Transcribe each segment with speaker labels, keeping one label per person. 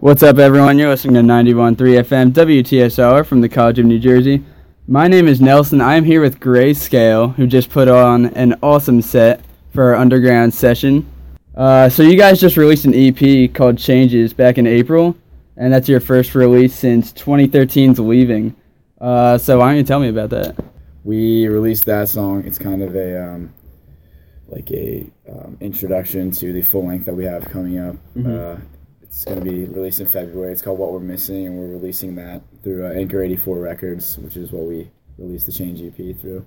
Speaker 1: What's up, everyone? You're listening to 91.3 FM WTSR from the College of New Jersey. My name is Nelson. I am here with Grayscale, who just put on an awesome set for our underground session. Uh, so you guys just released an EP called Changes back in April, and that's your first release since 2013's Leaving. Uh, so why don't you tell me about that?
Speaker 2: we released that song. It's kind of a um, like a um, introduction to the full length that we have coming up. Uh, it's going to be released in February. It's called What We're Missing, and we're releasing that through uh, Anchor 84 Records, which is what we released the Change EP through.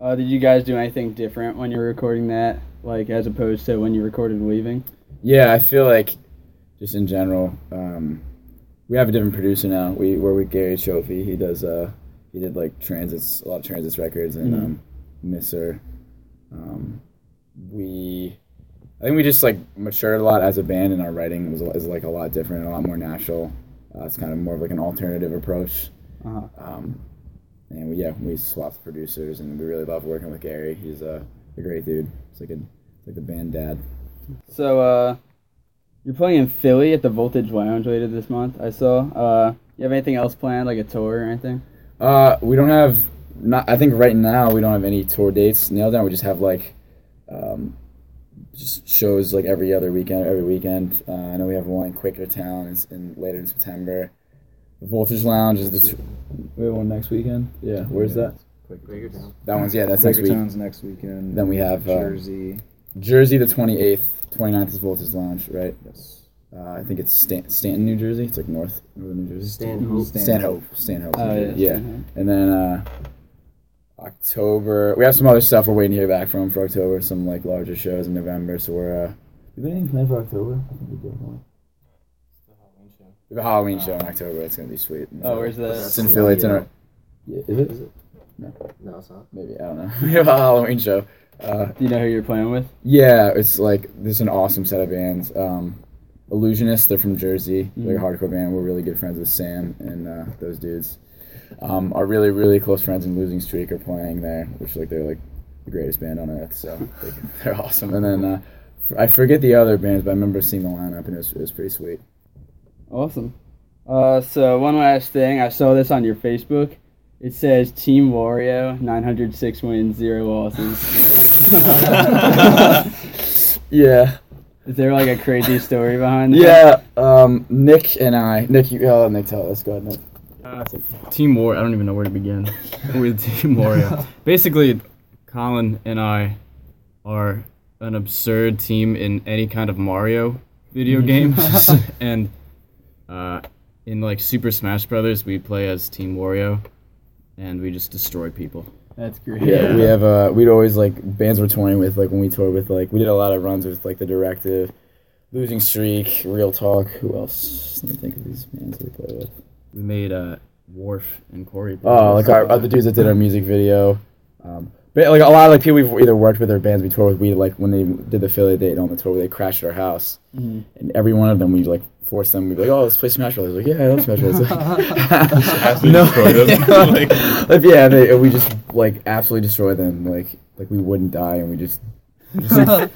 Speaker 1: Uh, did you guys do anything different when you were recording that, like as opposed to when you recorded Leaving?
Speaker 2: Yeah, I feel like just in general, um, we have a different producer now. We we're with Gary Trophy. He does uh he did like transits a lot of transits records and um, Misser. Um, we I think we just like matured a lot as a band, and our writing was is like a lot different, and a lot more natural. Uh, it's kind of more of like an alternative approach.
Speaker 1: Uh-huh.
Speaker 2: Um, and we, yeah, we swapped producers, and we really love working with Gary. He's a, a great dude. He's like a like a band dad.
Speaker 1: So uh, you're playing in Philly at the Voltage Lounge later this month. I saw. Uh, you have anything else planned, like a tour or anything?
Speaker 2: Uh, we don't have not. I think right now we don't have any tour dates nailed down. We just have like, um, just shows like every other weekend. Every weekend. Uh, I know we have one in Quakertown is in later in September. The Voltage Lounge is the. T- we have one next weekend. Yeah, where's that?
Speaker 3: Quakertown.
Speaker 2: That one's yeah. That's next week.
Speaker 3: Quakertown's next weekend.
Speaker 2: Then we have, uh,
Speaker 3: Jersey.
Speaker 2: Jersey the twenty eighth. 29th is Voltage Lounge, right?
Speaker 3: Yes.
Speaker 2: Uh, I think it's Stan- Stanton, New Jersey. It's like north, northern New Jersey.
Speaker 3: Stanhope.
Speaker 2: Stanhope. Stanhope.
Speaker 1: Oh, yeah,
Speaker 2: yeah.
Speaker 1: Stanhope.
Speaker 2: And then uh, October, we have some other stuff we're waiting to hear back from for October. Some like larger shows in November. So we're. Uh, we got anything planned for October? We have a Halloween show in October. It's gonna be sweet.
Speaker 1: Oh, where's
Speaker 2: It's
Speaker 1: the?
Speaker 2: in Philly. It's in our. Yeah, is it?
Speaker 3: No, it's not.
Speaker 2: Maybe I don't know. we have a Halloween show. Uh,
Speaker 1: Do you know who you're playing with?
Speaker 2: yeah, it's like there's an awesome set of bands. Um, Illusionists, they're from Jersey. They're a hardcore band. We're really good friends with Sam and uh, those dudes. Um, our really really close friends in Losing Streak are playing there, which like they're like the greatest band on earth. So like, they're awesome. And then uh, f- I forget the other bands, but I remember seeing the lineup and it was, it was pretty sweet.
Speaker 1: Awesome. Uh, so one last thing, I saw this on your Facebook. It says Team Wario, 906 wins, zero losses.
Speaker 2: Yeah,
Speaker 1: Is there like a crazy story behind that?
Speaker 2: yeah. Um, Nick and I, Nick, you, oh, Nick, tell us. Go ahead, Nick.
Speaker 4: Uh, Team War. I don't even know where to begin with Team Wario. Basically, Colin and I are an absurd team in any kind of Mario video
Speaker 1: Mm-hmm.
Speaker 4: games, and uh, in like Super Smash Brothers, we play as Team Wario, and we just destroy people.
Speaker 1: That's great.
Speaker 2: Yeah,
Speaker 4: Yeah.
Speaker 2: we have uh we'd always like bands we're touring with like when we toured with like we did a lot of runs with like the Directive, Losing Streak, Real Talk. Who else? Let me think of these bands we played with.
Speaker 4: We made uh, Worf and Corey.
Speaker 2: Oh, like our other dudes that did our music video. Um, but like a lot of like people we've either worked with or bands we toured with. We like when they did the Philly date on the tour, they crashed at our house, and every one of them we like forced them. We'd be like, "Oh, let's play Smash Brothers." Like, yeah, I love Smash Brothers. Like,
Speaker 5: absolutely destroy them. Like-
Speaker 2: Like, yeah, they, we just like absolutely destroyed them. Like, like we wouldn't die, and we just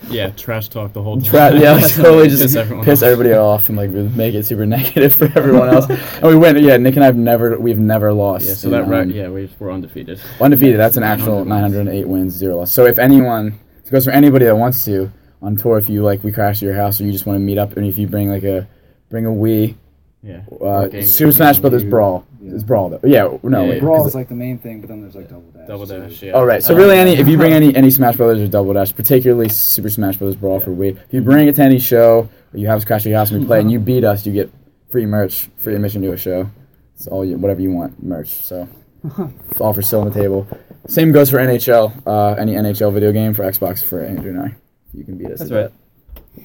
Speaker 4: yeah, trash talk the whole time.
Speaker 2: Right, yeah, like totally just
Speaker 4: Piss
Speaker 2: piss,
Speaker 4: everyone off.
Speaker 2: everybody off and like make it super negative for everyone else. and we win. Yeah, Nick and I've never we've never lost.
Speaker 4: Yeah, so that
Speaker 2: And,
Speaker 4: ra-
Speaker 2: um,
Speaker 4: yeah, we we're undefeated.
Speaker 2: undefeated. That's an actual 908 wins, zero loss. So if anyone, it goes for anybody that wants to on tour. If you like, we crash at your house, or you just want to meet up, and if you bring like a bring a Wii,
Speaker 4: Yeah.
Speaker 2: uh,
Speaker 4: Okay,
Speaker 2: Super Smash Brothers Brawl. It's Brawl though. Yeah, no,
Speaker 4: Yeah,
Speaker 2: wait,
Speaker 4: yeah.
Speaker 3: Brawl
Speaker 2: 'cause-
Speaker 3: is like the main thing, but then there's like double dash.
Speaker 4: Double dash. Yeah.
Speaker 2: All right. So really, any if you bring any any Smash Brothers or Double Dash, particularly Super Smash Brothers Brawl for Wii, if you bring it to any show, or you have us crash at your house and we play, and you beat us, you get free merch, free admission to a show. It's all you, whatever you want, merch. So it's all for sale on the table. Same goes for NHL. Uh, any NHL video game for Xbox for Andrew and I, you can beat us.
Speaker 1: That's
Speaker 2: at
Speaker 1: right.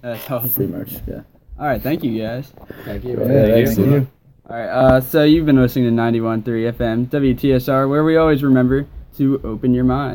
Speaker 1: That's
Speaker 2: Free
Speaker 1: awesome.
Speaker 2: merch. Yeah.
Speaker 1: All right, thank you guys.
Speaker 2: Thank you.
Speaker 4: thank you.
Speaker 1: All right, uh, so you've been listening to 91.3 FM WTSR, where we always remember to open your mind.